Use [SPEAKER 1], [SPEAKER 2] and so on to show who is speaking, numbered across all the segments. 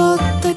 [SPEAKER 1] キ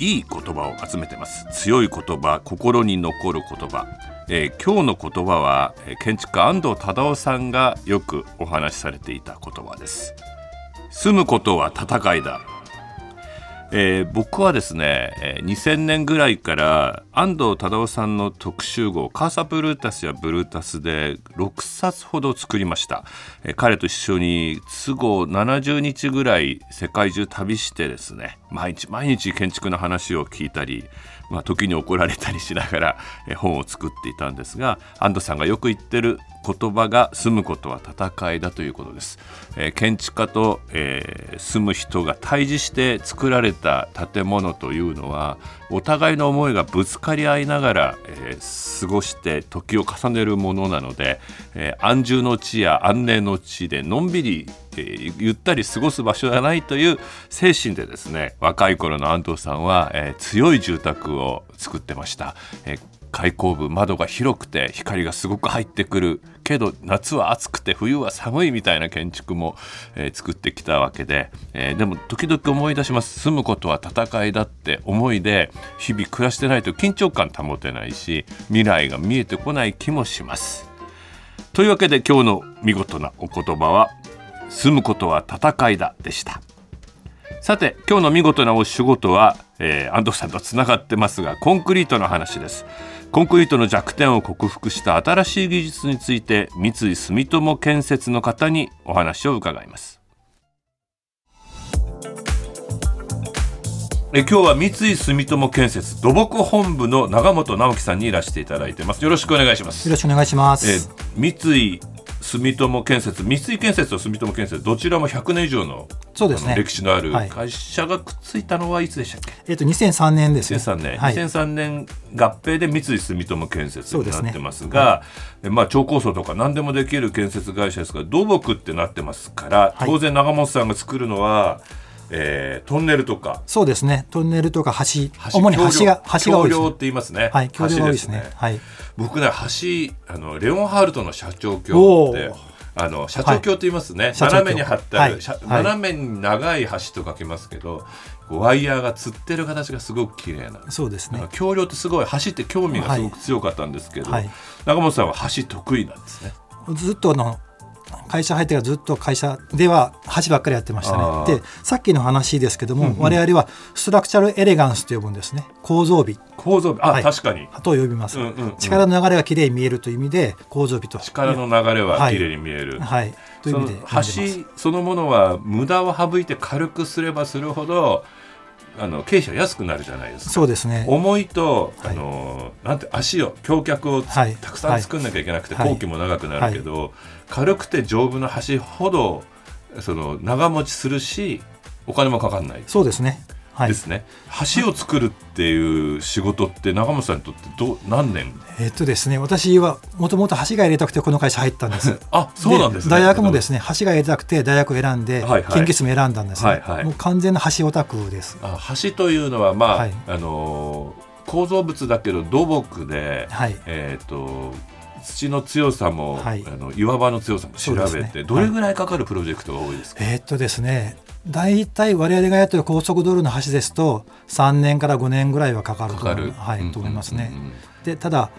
[SPEAKER 2] いい言葉を集めてます強い言葉心に残る言葉、えー今日の言葉はえー建築家安藤忠雄さんがよくお話しされていた言葉です住むことは戦いだえー僕はですね、えー2000年ぐらいから安藤忠雄さんの特集号「カーサ・ブルータス」や「ブルータス」で6冊ほど作りました、えー彼と一緒に都合70日ぐらい世界中旅してですね毎日毎日建築の話を聞いたり、まあ、時に怒られたりしながら、えー本を作っていたんですが安藤さんがよく言ってる言葉が住むことは戦いだということです、えー建築家と、えー住む人が対峙して作られた建物というのはお互いの思いがぶつかり合いながら、えー過ごして時を重ねるものなので、えー安住の地や安寧の地でのんびりえーゆったり過ごす場所じゃないという精神でですね若い頃の安藤さんは、えー強い住宅を作ってました、えー開口部窓が広くて光がすごく入ってくるけど夏は暑くて冬は寒いみたいな建築も、えー作ってきたわけで、えーでも時々思い出します住むことは戦いだって思いで日々暮らしてないと緊張感保てないし未来が見えてこない気もします。というわけで今日の見事なお言葉は住むことは戦いだでしたさて今日の見事なお仕事は、えー安藤さんとつながってますがコンクリートの話ですコンクリートの弱点を克服した新しい技術について三井住友建設の方にお話を伺いますえ今日は三井住友建設土木本部の長本直樹さんにいらしていただいてますよろしくお願いします
[SPEAKER 3] よろしくお願いします。
[SPEAKER 2] えー三井住友建設三井建設と住友建設どちらも100年以上の
[SPEAKER 3] そうですね
[SPEAKER 2] あの歴史のある
[SPEAKER 3] はい
[SPEAKER 2] 会社がくっついたのはいつでしたっけ、
[SPEAKER 3] えっと2003年ですね。
[SPEAKER 2] 2003年、
[SPEAKER 3] はい。
[SPEAKER 2] 2003年合併で三井住友建設
[SPEAKER 3] そう
[SPEAKER 2] に
[SPEAKER 3] ですね
[SPEAKER 2] なってますがえまあ、超高層とか何でもできる建設会社ですから土木ってなってますから
[SPEAKER 3] はい
[SPEAKER 2] 当然長本さんが作るのは、えートンネルとか
[SPEAKER 3] そうですね。トンネルとか橋、
[SPEAKER 2] 橋
[SPEAKER 3] 主に橋が
[SPEAKER 2] 橋
[SPEAKER 3] 橋が多
[SPEAKER 2] 橋
[SPEAKER 3] いです、
[SPEAKER 2] 梁っ
[SPEAKER 3] ね。
[SPEAKER 2] て言いますね、
[SPEAKER 3] はい、橋梁が多いです
[SPEAKER 2] 橋
[SPEAKER 3] ね。はい。
[SPEAKER 2] 僕ね橋あのレオンハルトの社長橋って
[SPEAKER 3] おー
[SPEAKER 2] あの社長橋と言いますね、
[SPEAKER 3] 社長橋
[SPEAKER 2] 斜めに張ってある、
[SPEAKER 3] はい
[SPEAKER 2] しゃ
[SPEAKER 3] はい
[SPEAKER 2] 斜めに長い橋と書きますけど、こうワイヤーがつってる形がすごく綺麗なんです
[SPEAKER 3] そうです
[SPEAKER 2] なん
[SPEAKER 3] ね
[SPEAKER 2] か。橋梁ってすごい橋って興味がすごく強かったんですけど、
[SPEAKER 3] はいはい
[SPEAKER 2] 中本さんは橋得意なんですね。
[SPEAKER 3] ずっとあの会社入ってからずっと会社では橋ばっかりやってました
[SPEAKER 2] あ
[SPEAKER 3] ね。
[SPEAKER 2] ー
[SPEAKER 3] で、さっきの話ですけども、我々はストラクチャルエレガンスと呼ぶんですね。構造美
[SPEAKER 2] 構造あ、
[SPEAKER 3] はい
[SPEAKER 2] 確かに
[SPEAKER 3] と呼びます。
[SPEAKER 2] うんうんうん
[SPEAKER 3] 力の流れがきれいに見えるという意味で構造美と。
[SPEAKER 2] 力の流れは綺麗に見える。
[SPEAKER 3] はい。という
[SPEAKER 2] その
[SPEAKER 3] 意味で呼んでます。
[SPEAKER 2] 橋そのものは無駄を省いて軽くすればするほどあの経費は安くなるじゃないですか。
[SPEAKER 3] そうですね。
[SPEAKER 2] 重いと、
[SPEAKER 3] はい
[SPEAKER 2] あのーなんて足を橋脚をつ、
[SPEAKER 3] はい
[SPEAKER 2] たくさん作んなきゃいけなくて、
[SPEAKER 3] はい
[SPEAKER 2] 工期も長くなるけど、軽くて丈夫な橋ほどその長持ちするしお金もかかんない
[SPEAKER 3] そうですね。はい
[SPEAKER 2] で。すね、橋を作るっていう仕事って長本さんにとってどう何年
[SPEAKER 3] えっとですね、私はもともと橋が入れたくてこの会社入ったんです。
[SPEAKER 2] あ そうなんですね
[SPEAKER 3] 大学もですすね、橋が入れたくて大学を選んで、
[SPEAKER 2] はいはい
[SPEAKER 3] 研究室も選んだんですね。
[SPEAKER 2] はいはい
[SPEAKER 3] もう完全な橋オタクです。
[SPEAKER 2] あ橋というのはまあ、
[SPEAKER 3] はい
[SPEAKER 2] あのー構造物だけど土木で、
[SPEAKER 3] はい。
[SPEAKER 2] えっ、と土の強さも、
[SPEAKER 3] はい
[SPEAKER 2] あの岩場の強さも調べ
[SPEAKER 3] そう
[SPEAKER 2] て、
[SPEAKER 3] ですね
[SPEAKER 2] どれぐらいかかるプロジェクトが多いですか、
[SPEAKER 3] えっとですね、大体我々がやってる高速道路の橋ですと、3年から5年ぐらいはかかると思
[SPEAKER 2] かかる
[SPEAKER 3] うは
[SPEAKER 2] うんうんうんう
[SPEAKER 3] い、
[SPEAKER 2] ん
[SPEAKER 3] と思いますね。で、ただ、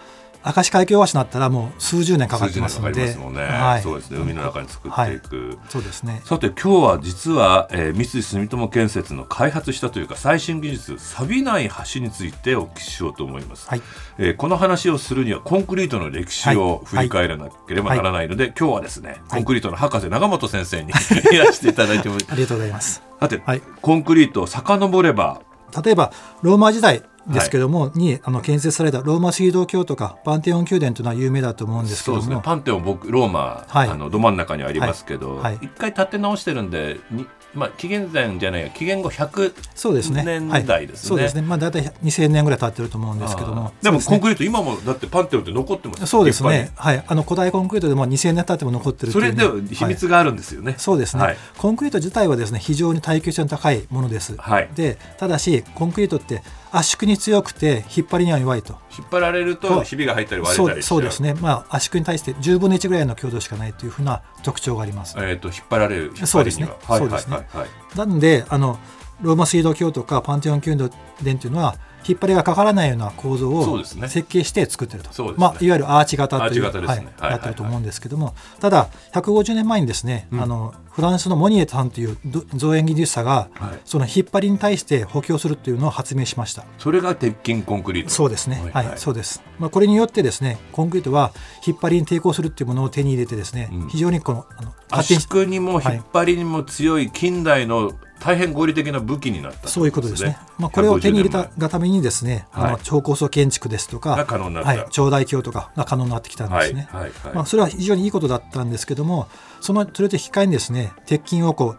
[SPEAKER 3] 明石海峡大橋になったらもう数十年かかってますの
[SPEAKER 2] 数
[SPEAKER 3] で。
[SPEAKER 2] 字のかかりますもんね、
[SPEAKER 3] はい。
[SPEAKER 2] そうですね海の中に作っていく、
[SPEAKER 3] そうですね。
[SPEAKER 2] さて今日は実は、えー三井住友建設の開発したというか最新技術錆びない橋についてお聞きしようと思います、
[SPEAKER 3] はい。
[SPEAKER 2] えーこの話をするにはコンクリートの歴史を振り返らなければならないので、今日はですね、コンクリートの博士長本先生に いらしていただいても
[SPEAKER 3] ありがとうございます。
[SPEAKER 2] さて、
[SPEAKER 3] はい
[SPEAKER 2] コンクリートを遡れば
[SPEAKER 3] 例えばローマ時代ですけども、にあの建設されたローマ水道橋とかパンテオン宮殿というのは有名だと思うんですけ
[SPEAKER 2] そう
[SPEAKER 3] ど
[SPEAKER 2] ですね
[SPEAKER 3] も
[SPEAKER 2] パンテオン僕ローマ、
[SPEAKER 3] はい
[SPEAKER 2] あのど真ん中にありますけど、
[SPEAKER 3] はいはい
[SPEAKER 2] 一回建て直してるんでにまあ紀元前じゃないや紀元後100
[SPEAKER 3] そうですね。
[SPEAKER 2] 年
[SPEAKER 3] はい
[SPEAKER 2] 代ですね
[SPEAKER 3] そうですね。まあ大体2000年ぐらい経ってると思うんですけども
[SPEAKER 2] あ。ーでも
[SPEAKER 3] そう
[SPEAKER 2] コ
[SPEAKER 3] で
[SPEAKER 2] ンクリート今もだってパンテロンって残ってます
[SPEAKER 3] ね
[SPEAKER 2] よ
[SPEAKER 3] そうです
[SPEAKER 2] 立
[SPEAKER 3] ね
[SPEAKER 2] 派。
[SPEAKER 3] はい。あの古代コンクリートでも2000年経っても残ってる
[SPEAKER 2] に
[SPEAKER 3] って
[SPEAKER 2] そ
[SPEAKER 3] いうね、
[SPEAKER 2] れでは秘
[SPEAKER 3] はい
[SPEAKER 2] 密があるんですよね、
[SPEAKER 3] そうですね、
[SPEAKER 2] はい
[SPEAKER 3] コンクリート自体はですね非常に耐久性の高いものです、
[SPEAKER 2] はい
[SPEAKER 3] でただしコンクリートって圧縮に強くて引っ張りには弱いと
[SPEAKER 2] 引っ張られる
[SPEAKER 3] そ
[SPEAKER 2] と
[SPEAKER 3] う
[SPEAKER 2] ひびが入ったり割れ
[SPEAKER 3] そ
[SPEAKER 2] た
[SPEAKER 3] う
[SPEAKER 2] りし
[SPEAKER 3] そうです
[SPEAKER 2] ね
[SPEAKER 3] ね、まあ、圧縮に対して10分の1ぐらいの強度しかないというふうな特徴があります、
[SPEAKER 2] えっ、と引っ張られる引っ
[SPEAKER 3] そ
[SPEAKER 2] 張
[SPEAKER 3] うで
[SPEAKER 2] り
[SPEAKER 3] す
[SPEAKER 2] に
[SPEAKER 3] ね
[SPEAKER 2] ははいはい
[SPEAKER 3] そうですね
[SPEAKER 2] はいはい
[SPEAKER 3] なんであのローマ水道橋とかパンテオン宮殿というのは引っ張りがかからないような構造
[SPEAKER 2] そう
[SPEAKER 3] を
[SPEAKER 2] ですね
[SPEAKER 3] 設計して作ってると、
[SPEAKER 2] そうですね
[SPEAKER 3] まあ、いわゆるアーチ型という
[SPEAKER 2] アーチ型ですね
[SPEAKER 3] は
[SPEAKER 2] はいはいはい
[SPEAKER 3] い、やってると思うんですけどもただ150年前にですね、あのフランスのモニエさんというど造園技術者が、
[SPEAKER 2] はい
[SPEAKER 3] その引っ張りに対して補強するというのを発明しました。
[SPEAKER 2] それが鉄筋コンクリート
[SPEAKER 3] そうですね、
[SPEAKER 2] はい
[SPEAKER 3] はい
[SPEAKER 2] はい
[SPEAKER 3] そうです、まあ、これによってですねコンクリートは引っ張りに抵抗するっていうものを手に入れてですね、
[SPEAKER 2] うん
[SPEAKER 3] 非常にこのあの発
[SPEAKER 2] 圧
[SPEAKER 3] 展し
[SPEAKER 2] 縮にも
[SPEAKER 3] はい
[SPEAKER 2] 引っ張りにも強い近代の大変合理的な武器になった
[SPEAKER 3] そういうことですね。まあ、これを手に入れた
[SPEAKER 2] 150
[SPEAKER 3] がためにですね、あ
[SPEAKER 2] は
[SPEAKER 3] の
[SPEAKER 2] い
[SPEAKER 3] 超高層建築ですとか、
[SPEAKER 2] が可能になった
[SPEAKER 3] はい、長大橋とかが可能になってきたんですね。
[SPEAKER 2] はいはいはい
[SPEAKER 3] まあ、それは非常にいいことだったんですけども、そのそれと引き換えにですね、鉄筋をこう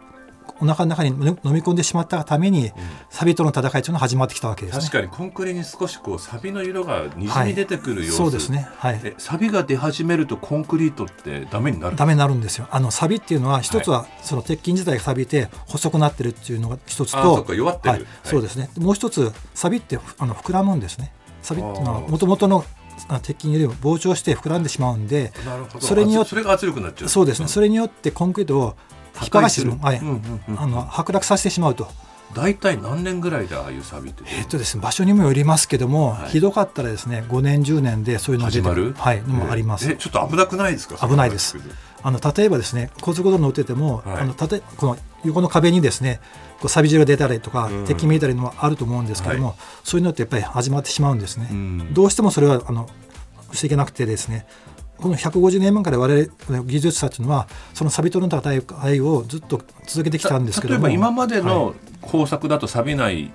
[SPEAKER 3] お腹の中に飲み込んでしまったがために、サビとの戦いというのが始まってきたわけですね。
[SPEAKER 2] 確かにコンクリに少しこうサビの色がにじ
[SPEAKER 3] は
[SPEAKER 2] み
[SPEAKER 3] い
[SPEAKER 2] 出てくる様子、
[SPEAKER 3] そうですね。はい。
[SPEAKER 2] えサビが出始めるとコンクリートってダメになる
[SPEAKER 3] ダメになるんですよあのサビっていうのは一つはその鉄筋自体が錆びて細くなってるっていうのが一つ
[SPEAKER 2] あーそ
[SPEAKER 3] と
[SPEAKER 2] っか弱ってる
[SPEAKER 3] はい
[SPEAKER 2] はい
[SPEAKER 3] そうですねもう一つサビってふあの膨らむんですねサビっていうのは
[SPEAKER 2] あー
[SPEAKER 3] もともとのあ鉄筋よりも膨張して膨らんでしまうんで
[SPEAKER 2] なるほど
[SPEAKER 3] それによっ
[SPEAKER 2] あそれが圧力になっちゃう
[SPEAKER 3] そうですね
[SPEAKER 2] ん
[SPEAKER 3] それによってコンクリートを引っ張らしてしまう、
[SPEAKER 2] 破壊
[SPEAKER 3] はい
[SPEAKER 2] するうんうんうん
[SPEAKER 3] あの剥落させてしまうと。
[SPEAKER 2] 大体何年ぐらいでああいうサビって
[SPEAKER 3] えっとですね、場所にもよりますけども、
[SPEAKER 2] い
[SPEAKER 3] ひどかったらですね5年10年でそういうのが
[SPEAKER 2] 始
[SPEAKER 3] 出て
[SPEAKER 2] ま
[SPEAKER 3] く
[SPEAKER 2] る
[SPEAKER 3] はい、のもあります
[SPEAKER 2] えちょっと危なくないですか
[SPEAKER 3] 危ないです
[SPEAKER 2] それは。
[SPEAKER 3] あの例えばですね高速道路に乗ってても、
[SPEAKER 2] はい
[SPEAKER 3] あのたとえこの横の壁にですねこう錆び汁が出たりとか、
[SPEAKER 2] うん
[SPEAKER 3] 敵見えたりのもあると思うんですけども、そういうのってやっぱり始まってしまうんですね。
[SPEAKER 2] うん
[SPEAKER 3] どうしてもそれはあの防げなくてですねこの150年前から我々技術者というのはその錆びとの戦いをずっと続けてきたんですけども
[SPEAKER 2] 例えば今まで
[SPEAKER 3] は
[SPEAKER 2] の工作だと錆びない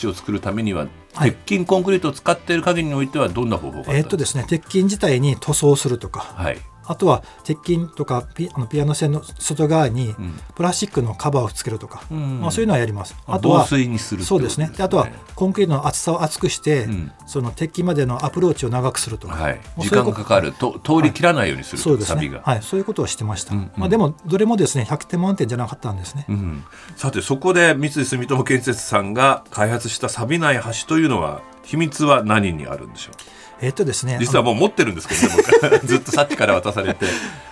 [SPEAKER 2] 橋を作るためには、
[SPEAKER 3] はい
[SPEAKER 2] 鉄筋コンクリートを使っている限りにおいてはどんな方法があったん
[SPEAKER 3] いえっとですね鉄筋自体に塗装するとか、
[SPEAKER 2] はい、
[SPEAKER 3] あとは鉄筋とかピあのピアノ線の外側に
[SPEAKER 2] ん
[SPEAKER 3] プラスチックのカバーをつけるとか、
[SPEAKER 2] うん
[SPEAKER 3] まあ、そういうのはやります。
[SPEAKER 2] あ
[SPEAKER 3] あとは
[SPEAKER 2] 防水にするってこ
[SPEAKER 3] そ
[SPEAKER 2] と
[SPEAKER 3] う
[SPEAKER 2] で
[SPEAKER 3] ですす
[SPEAKER 2] ね
[SPEAKER 3] ねであとはコンクリートの厚さを厚くして、
[SPEAKER 2] ん
[SPEAKER 3] その鉄筋までのアプローチを長くするとか、
[SPEAKER 2] はい、
[SPEAKER 3] もう
[SPEAKER 2] 時
[SPEAKER 3] そうい
[SPEAKER 2] 間
[SPEAKER 3] うこ
[SPEAKER 2] がかかると通り切らないようにする、
[SPEAKER 3] そうです
[SPEAKER 2] 錆
[SPEAKER 3] ね
[SPEAKER 2] が、
[SPEAKER 3] はい、そういうことをしてました、
[SPEAKER 2] うんうん
[SPEAKER 3] まあ、でもどれもですね100点満点じゃなかったんですね、
[SPEAKER 2] うん、さてそこで三井住友建設さんが開発した錆びない橋というのは秘密は何にあるんでしょう
[SPEAKER 3] えっとですね
[SPEAKER 2] 実は
[SPEAKER 3] あの
[SPEAKER 2] もう持ってるんですけど ね僕ずっとさっきから渡されて、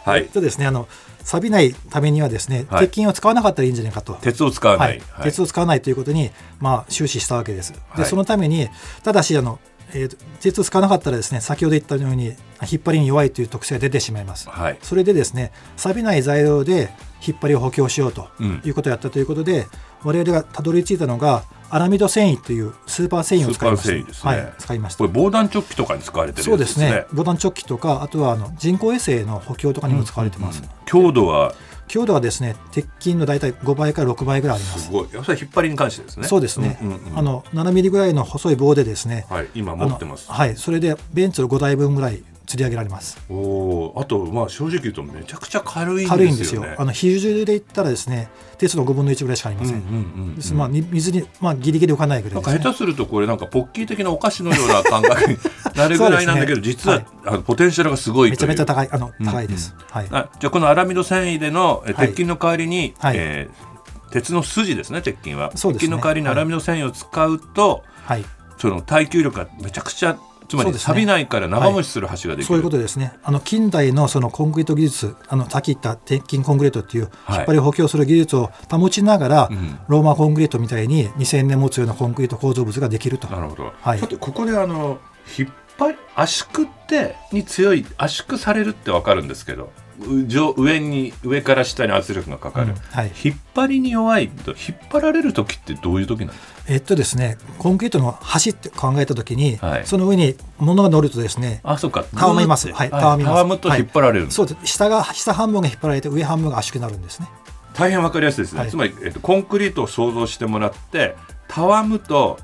[SPEAKER 2] は
[SPEAKER 3] え
[SPEAKER 2] い
[SPEAKER 3] っ、とですねあの錆びないためにはですね、
[SPEAKER 2] はい
[SPEAKER 3] 鉄筋を使わなかったらいいんじゃないかと
[SPEAKER 2] 鉄を使わない、
[SPEAKER 3] はい
[SPEAKER 2] はい
[SPEAKER 3] 鉄を使わないということに、まあ、終始したわけです。で、
[SPEAKER 2] はい
[SPEAKER 3] そのためにただしあの、えーと鉄を使わなかったらですね先ほど言ったように引っ張りに弱いという特性が出てしまいます。
[SPEAKER 2] はい
[SPEAKER 3] それでですね錆びない材料で引っ張りを補強しようと
[SPEAKER 2] うん
[SPEAKER 3] いうことをやったということで、我々がたどり着いたのがアラミド繊維というスーパー繊維を使いました
[SPEAKER 2] スーパー繊維ですね
[SPEAKER 3] はい、使いました
[SPEAKER 2] これ防弾チョッキとかに使われてる
[SPEAKER 3] そ
[SPEAKER 2] や
[SPEAKER 3] う
[SPEAKER 2] つで
[SPEAKER 3] ですす
[SPEAKER 2] ね
[SPEAKER 3] ね防弾チョッキとかあとはあの人工衛星の補強とかにも使われてます、
[SPEAKER 2] 強度は
[SPEAKER 3] 強度はですね鉄筋の大体5倍から6倍ぐらいあります
[SPEAKER 2] すごいやっぱり引っ張りに関してですね
[SPEAKER 3] そうですね、
[SPEAKER 2] んうんうん
[SPEAKER 3] あの7ミリぐらいの細い棒でですね、
[SPEAKER 2] はい今
[SPEAKER 3] あ
[SPEAKER 2] 持
[SPEAKER 3] の
[SPEAKER 2] ってます
[SPEAKER 3] はい、それでベンツの5台分ぐらい釣り上げられます
[SPEAKER 2] おおあとまあ正直言うとめちゃくちゃ軽いん
[SPEAKER 3] 軽いん
[SPEAKER 2] で
[SPEAKER 3] ですす
[SPEAKER 2] よ
[SPEAKER 3] よ
[SPEAKER 2] ね
[SPEAKER 3] あの比重で言ったらですね鉄の5分の1ぐらいしかありません、
[SPEAKER 2] うんうんうんうん
[SPEAKER 3] ですまあ、に水に、まあ、ギリギリ浮かないぐ
[SPEAKER 2] ない
[SPEAKER 3] ら
[SPEAKER 2] ん
[SPEAKER 3] で
[SPEAKER 2] か
[SPEAKER 3] す、ね、
[SPEAKER 2] 下手するとこれなんかポッキー的なお菓子のような感覚になるぐらいなんだけど、
[SPEAKER 3] そうですね
[SPEAKER 2] 実は、
[SPEAKER 3] はい
[SPEAKER 2] あのポテンシャルがすごいという
[SPEAKER 3] めちゃめちゃ高いあの、
[SPEAKER 2] うん
[SPEAKER 3] 高いです、はい、
[SPEAKER 2] あじゃあこのアラミド繊維でのえ
[SPEAKER 3] はい
[SPEAKER 2] 鉄筋の代わりに、
[SPEAKER 3] はい
[SPEAKER 2] えー鉄の筋ですね鉄筋は、
[SPEAKER 3] そうです
[SPEAKER 2] 鉄筋
[SPEAKER 3] ね
[SPEAKER 2] の代わりにアラミド繊維を使うと、
[SPEAKER 3] はい、
[SPEAKER 2] その耐久力がめちゃくちゃつま
[SPEAKER 3] そう
[SPEAKER 2] り
[SPEAKER 3] ですね
[SPEAKER 2] 錆びないから長持ちする橋ができる、
[SPEAKER 3] そういうことですねあの近代のそのコンクリート技術あのさっき言った鉄筋コンクリートっていう
[SPEAKER 2] はい
[SPEAKER 3] 引っ張りを補強する技術を保ちながら、
[SPEAKER 2] ん
[SPEAKER 3] ローマコンクリートみたいに2000年持つようなコンクリート構造物ができると
[SPEAKER 2] なるほど、
[SPEAKER 3] はい
[SPEAKER 2] さてここであの引っ張り圧縮ってに強い圧縮されるってわかるんですけどう上上に上から下に圧力がかかる、
[SPEAKER 3] うんはい
[SPEAKER 2] 引っ張りに弱いと引っ張られる時ってどういう時なんですか
[SPEAKER 3] えっとですね、コンクリートの橋って考えたときに、
[SPEAKER 2] はい
[SPEAKER 3] その上に物が乗るとですね、
[SPEAKER 2] あそうか
[SPEAKER 3] たわみます。
[SPEAKER 2] ぐーっ
[SPEAKER 3] はい、
[SPEAKER 2] て
[SPEAKER 3] たわみます。
[SPEAKER 2] たわむと引っ張られるん
[SPEAKER 3] はい
[SPEAKER 2] です
[SPEAKER 3] そうです。下が下半分が引っ張られて上半分が圧縮になるんですね。
[SPEAKER 2] 大変わかりやすいですね、
[SPEAKER 3] はい
[SPEAKER 2] つまり、えっと、コンクリートを想像してもらってたわむと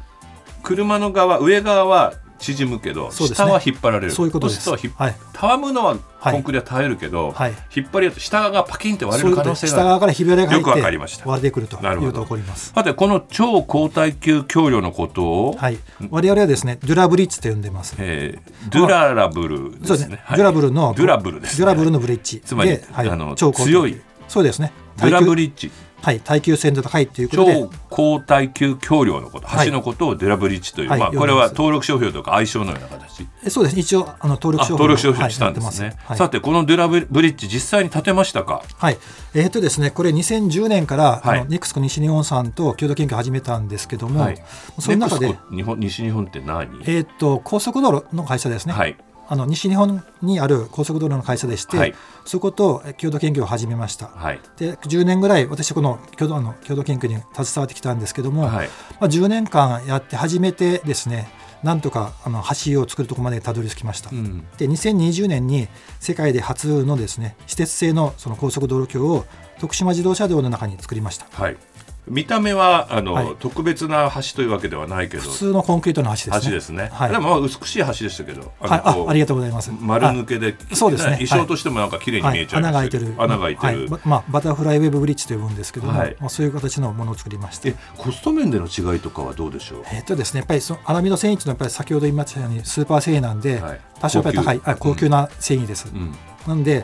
[SPEAKER 2] 車の側上側は縮むけど、
[SPEAKER 3] そうですね
[SPEAKER 2] 下は引っ張られる
[SPEAKER 3] そういうことです
[SPEAKER 2] するとひ
[SPEAKER 3] はい
[SPEAKER 2] たわむのは
[SPEAKER 3] はい
[SPEAKER 2] コンクリは耐えるけど、
[SPEAKER 3] はい
[SPEAKER 2] 引っ張りだと下がパキンって割
[SPEAKER 3] そ
[SPEAKER 2] れ
[SPEAKER 3] ういう
[SPEAKER 2] る
[SPEAKER 3] こ
[SPEAKER 2] 可能
[SPEAKER 3] とです
[SPEAKER 2] 性
[SPEAKER 3] 下
[SPEAKER 2] があ
[SPEAKER 3] 側
[SPEAKER 2] る
[SPEAKER 3] からひび割れが入
[SPEAKER 2] よくわかりま
[SPEAKER 3] っ
[SPEAKER 2] してた
[SPEAKER 3] 割れてくると
[SPEAKER 2] なるほど
[SPEAKER 3] いうと起こります。
[SPEAKER 2] さてこの超高耐久橋梁のことを、
[SPEAKER 3] はい、我々はですね、デュラブリッジと呼んでます。
[SPEAKER 2] えードゥララブルで
[SPEAKER 3] そうですす
[SPEAKER 2] ね
[SPEAKER 3] ね。
[SPEAKER 2] はい
[SPEAKER 3] デュラブルの、
[SPEAKER 2] ドゥラブルですね
[SPEAKER 3] デュラブルのブリッジ。
[SPEAKER 2] つまり
[SPEAKER 3] ではい
[SPEAKER 2] あの
[SPEAKER 3] 超高
[SPEAKER 2] 強い。
[SPEAKER 3] そうですね。
[SPEAKER 2] ドゥラブ
[SPEAKER 3] リ
[SPEAKER 2] リッジ
[SPEAKER 3] はい、耐久性の高いということで
[SPEAKER 2] 超、高耐久橋梁のこと
[SPEAKER 3] はい
[SPEAKER 2] 橋のことをデュラブリッジという、
[SPEAKER 3] はい
[SPEAKER 2] まあ、
[SPEAKER 3] 呼んで
[SPEAKER 2] これは
[SPEAKER 3] ます
[SPEAKER 2] 登録商標とか愛称のような形
[SPEAKER 3] えそうですね。一応あの登
[SPEAKER 2] あ
[SPEAKER 3] 録商
[SPEAKER 2] 登録商
[SPEAKER 3] 標
[SPEAKER 2] 標
[SPEAKER 3] はい
[SPEAKER 2] にした
[SPEAKER 3] や
[SPEAKER 2] ん
[SPEAKER 3] って
[SPEAKER 2] で
[SPEAKER 3] ます
[SPEAKER 2] ね、
[SPEAKER 3] はい
[SPEAKER 2] さてこのデュラブリッジ実際に建てましたか
[SPEAKER 3] はい、えーとですね、これ2010年から、
[SPEAKER 2] はい
[SPEAKER 3] あのネクスコ西日本さんと共同研究を始めたんですけども、
[SPEAKER 2] はい
[SPEAKER 3] その中
[SPEAKER 2] ネ
[SPEAKER 3] で
[SPEAKER 2] クス、コ日本西日本って何、
[SPEAKER 3] えー、と高速道路の会社ですね、
[SPEAKER 2] はい
[SPEAKER 3] あの西日本にある高速道路の会社でして、
[SPEAKER 2] はい
[SPEAKER 3] そことえ共同研究を始めました。
[SPEAKER 2] はい
[SPEAKER 3] で10年ぐらい私この共同あの共同研究に携わってきたんですけども、
[SPEAKER 2] はい
[SPEAKER 3] まあ、10年間やって初めてですねなんとかあの橋を作るところまでたどり着きました、
[SPEAKER 2] うん
[SPEAKER 3] で2020年に世界で初のですね私鉄製のその高速道路橋を徳島自動車道の中に作りました
[SPEAKER 2] はい、見た目はあの、
[SPEAKER 3] はい
[SPEAKER 2] 特別な橋というわけではないけど
[SPEAKER 3] 普通のコンクリートの橋ですね
[SPEAKER 2] 橋ですね、
[SPEAKER 3] はい
[SPEAKER 2] でもまあ美しい橋でしたけど
[SPEAKER 3] はい
[SPEAKER 2] のこ
[SPEAKER 3] あ
[SPEAKER 2] う
[SPEAKER 3] ありがとうございます
[SPEAKER 2] 丸抜けで
[SPEAKER 3] あそうですね
[SPEAKER 2] 衣装としてもなんか綺麗に
[SPEAKER 3] は
[SPEAKER 2] 見え
[SPEAKER 3] い、
[SPEAKER 2] ちゃいま
[SPEAKER 3] 穴が開い
[SPEAKER 2] した
[SPEAKER 3] て
[SPEAKER 2] けど
[SPEAKER 3] る
[SPEAKER 2] 穴が開いてる、
[SPEAKER 3] はいばまあ、バタフライウェブブリッジと呼ぶんですけども、
[SPEAKER 2] はい
[SPEAKER 3] まあ、そういう形のものを作りました
[SPEAKER 2] えコスト面での違いとかはどうでしょう
[SPEAKER 3] えっとですね、やっぱりそのアラミド繊維というのはやっぱり先ほど言いましたようにスーパー繊維なんで、
[SPEAKER 2] はい
[SPEAKER 3] 多少やっぱり高い
[SPEAKER 2] 高級
[SPEAKER 3] あ高級な繊維です、
[SPEAKER 2] うん
[SPEAKER 3] なので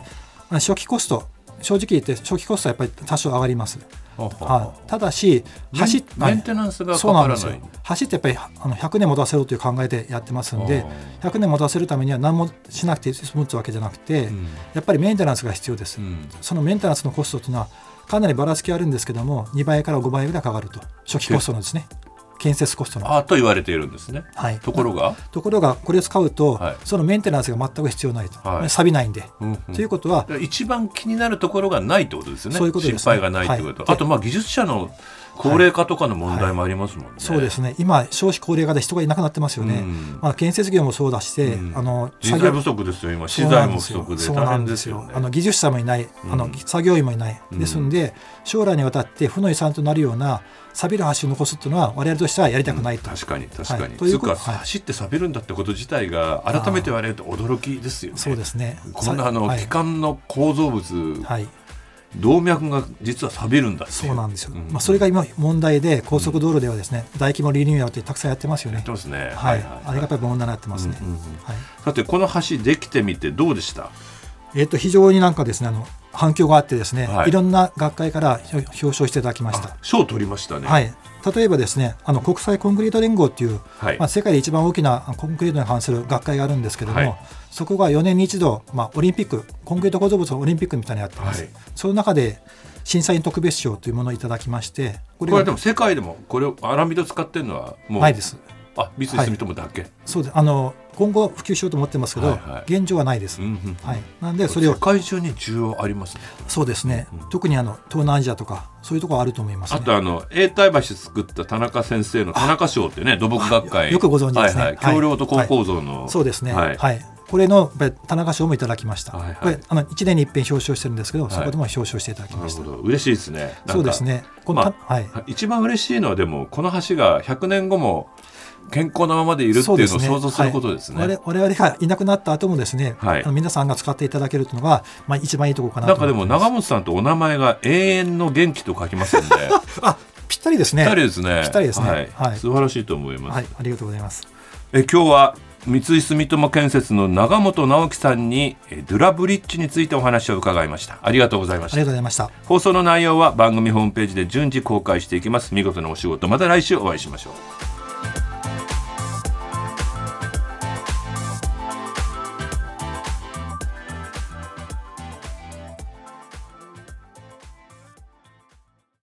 [SPEAKER 3] まあ初期コスト正直言って初期コストはやっぱり多少上がります、
[SPEAKER 2] ははは
[SPEAKER 3] はい、ただし
[SPEAKER 2] メン
[SPEAKER 3] 走っ
[SPEAKER 2] メンテナンスがか
[SPEAKER 3] そう
[SPEAKER 2] からな
[SPEAKER 3] な
[SPEAKER 2] んい
[SPEAKER 3] ですよ走ってやっぱりあの100年持たせろという考えでやってますんで100年持たせるためには何もしなくて済むってわけじゃなくて、
[SPEAKER 2] うん
[SPEAKER 3] やっぱりメンテナンスが必要です、
[SPEAKER 2] うん
[SPEAKER 3] そのメンテナンスのコストというのはかなりばらつきあるんですけども2倍から5倍ぐらいかかると初期コストのですね建設コストの
[SPEAKER 2] あと言われているんですね、
[SPEAKER 3] はい
[SPEAKER 2] ところが、
[SPEAKER 3] ところがこれを使うと、
[SPEAKER 2] はい
[SPEAKER 3] そのメンテナンスが全く必要ないと、
[SPEAKER 2] はい
[SPEAKER 3] 錆びないんで、
[SPEAKER 2] うんうん
[SPEAKER 3] ということは
[SPEAKER 2] 一番気になるところがないってことですよね
[SPEAKER 3] そういうことですね
[SPEAKER 2] 心配がないってこと、
[SPEAKER 3] はい
[SPEAKER 2] あとまあ技術者の高齢化とかの問題もありますもんね、
[SPEAKER 3] そうですね今少子高齢化で人がいなくなってますよね、
[SPEAKER 2] うん
[SPEAKER 3] まあ、建設業もそうだして、
[SPEAKER 2] うん
[SPEAKER 3] あの
[SPEAKER 2] 人材不足ですよ今資材も不足で
[SPEAKER 3] そうな
[SPEAKER 2] 大
[SPEAKER 3] ん
[SPEAKER 2] 変
[SPEAKER 3] で
[SPEAKER 2] ですす
[SPEAKER 3] よ
[SPEAKER 2] よ
[SPEAKER 3] そうなんで
[SPEAKER 2] ね
[SPEAKER 3] すよあの技術者もいない、あ
[SPEAKER 2] う
[SPEAKER 3] の
[SPEAKER 2] ん
[SPEAKER 3] 作業員もいない、
[SPEAKER 2] うん
[SPEAKER 3] ですんで将来にわたって負の遺産となるような錆びる橋を残すというのは我々としてはやりたくないと、
[SPEAKER 2] 確かに確かに、
[SPEAKER 3] はい
[SPEAKER 2] と
[SPEAKER 3] と
[SPEAKER 2] い
[SPEAKER 3] いうう
[SPEAKER 2] か
[SPEAKER 3] こと
[SPEAKER 2] 走って錆びるんだってこと自体が改めて言われると驚きですよね
[SPEAKER 3] そうですね
[SPEAKER 2] こんなあの、
[SPEAKER 3] はい
[SPEAKER 2] 気管の構造物、
[SPEAKER 3] はい、
[SPEAKER 2] 動脈が実は錆びるんだってい
[SPEAKER 3] そうなんですよ、
[SPEAKER 2] うん
[SPEAKER 3] まあ、それが今問題で高速道路ではですね、大規模リニューアルってたくさんやってますよ
[SPEAKER 2] やっ
[SPEAKER 3] ね
[SPEAKER 2] てますね
[SPEAKER 3] はい、あ
[SPEAKER 2] は
[SPEAKER 3] れ
[SPEAKER 2] い
[SPEAKER 3] がやっぱり問題になってますね、
[SPEAKER 2] うんうんうん
[SPEAKER 3] はい
[SPEAKER 2] さてこの橋できてみてどうでした
[SPEAKER 3] えっと非常になんかですねあの反響があってですね、
[SPEAKER 2] はい
[SPEAKER 3] い、ろんな学会から表表彰していただきました。
[SPEAKER 2] 賞を取りましたね
[SPEAKER 3] はい、例えばですねあの国際コンクリート連合っていう、
[SPEAKER 2] はい
[SPEAKER 3] まあ、世界で一番大きなあのコンクリートに関する学会があるんですけども、
[SPEAKER 2] はい
[SPEAKER 3] そこが4年に一度、まあ、オリンピックコンクリート構造物のオリンピックみたいなのやってます、
[SPEAKER 2] はい
[SPEAKER 3] その中で審査員特別賞というものをいただきましてこ
[SPEAKER 2] これ
[SPEAKER 3] が
[SPEAKER 2] はでも世界でもこれをアラミド使ってるのはもう
[SPEAKER 3] ないです
[SPEAKER 2] あ三井住友だけ、
[SPEAKER 3] そうですあの今後普及しようと思ってますけど、
[SPEAKER 2] はいはい
[SPEAKER 3] 現状はないです、
[SPEAKER 2] うんうん
[SPEAKER 3] はい、なんでそれを
[SPEAKER 2] 世界中に需要ありますね
[SPEAKER 3] そうですね、特にあの東南アジアとかそういうところあると思います、ね、
[SPEAKER 2] あとあの永代橋作った田中先生の田中賞ってね土木学会
[SPEAKER 3] よくご存知ですね
[SPEAKER 2] はいは、
[SPEAKER 3] はいい
[SPEAKER 2] 橋梁と高構造の、
[SPEAKER 3] そうですね。
[SPEAKER 2] は
[SPEAKER 3] はいい。これのやっぱり田中賞もいただきました。
[SPEAKER 2] はいはい
[SPEAKER 3] これあの一年に一遍表彰してるんですけど、
[SPEAKER 2] い
[SPEAKER 3] そこでも表彰していただき
[SPEAKER 2] な
[SPEAKER 3] ま
[SPEAKER 2] る
[SPEAKER 3] し
[SPEAKER 2] ほ
[SPEAKER 3] た。
[SPEAKER 2] ど嬉しいですねなんか
[SPEAKER 3] そうですね。このた、
[SPEAKER 2] まあ
[SPEAKER 3] はい。
[SPEAKER 2] 一番嬉しいのはでもこの橋が100年後も健康なままでいるっていうの
[SPEAKER 3] そ
[SPEAKER 2] を
[SPEAKER 3] うですね
[SPEAKER 2] 想像することですね。
[SPEAKER 3] はい我々我々がいなくなった後もですね、
[SPEAKER 2] はい
[SPEAKER 3] あの皆さんが使っていただけるというのが、まあ、一番いいところかなと
[SPEAKER 2] なん
[SPEAKER 3] 思
[SPEAKER 2] か
[SPEAKER 3] っ
[SPEAKER 2] でも
[SPEAKER 3] てます
[SPEAKER 2] 長本さんとお名前が永遠の元気と書きます んで
[SPEAKER 3] あぴったりですね
[SPEAKER 2] ぴったりですね
[SPEAKER 3] ぴったりですね
[SPEAKER 2] はい
[SPEAKER 3] はい
[SPEAKER 2] 素晴らしいと思います、
[SPEAKER 3] はいありがとうございます
[SPEAKER 2] え今日は三井住友建設の長本直樹さんにえドゥラブリッジについてお話を伺いましたありがとうございま
[SPEAKER 3] あ
[SPEAKER 2] した
[SPEAKER 3] りがとうございました
[SPEAKER 2] 放送の内容は番組ホームページで順次公開していきます見事なお仕事また来週お会いしましょう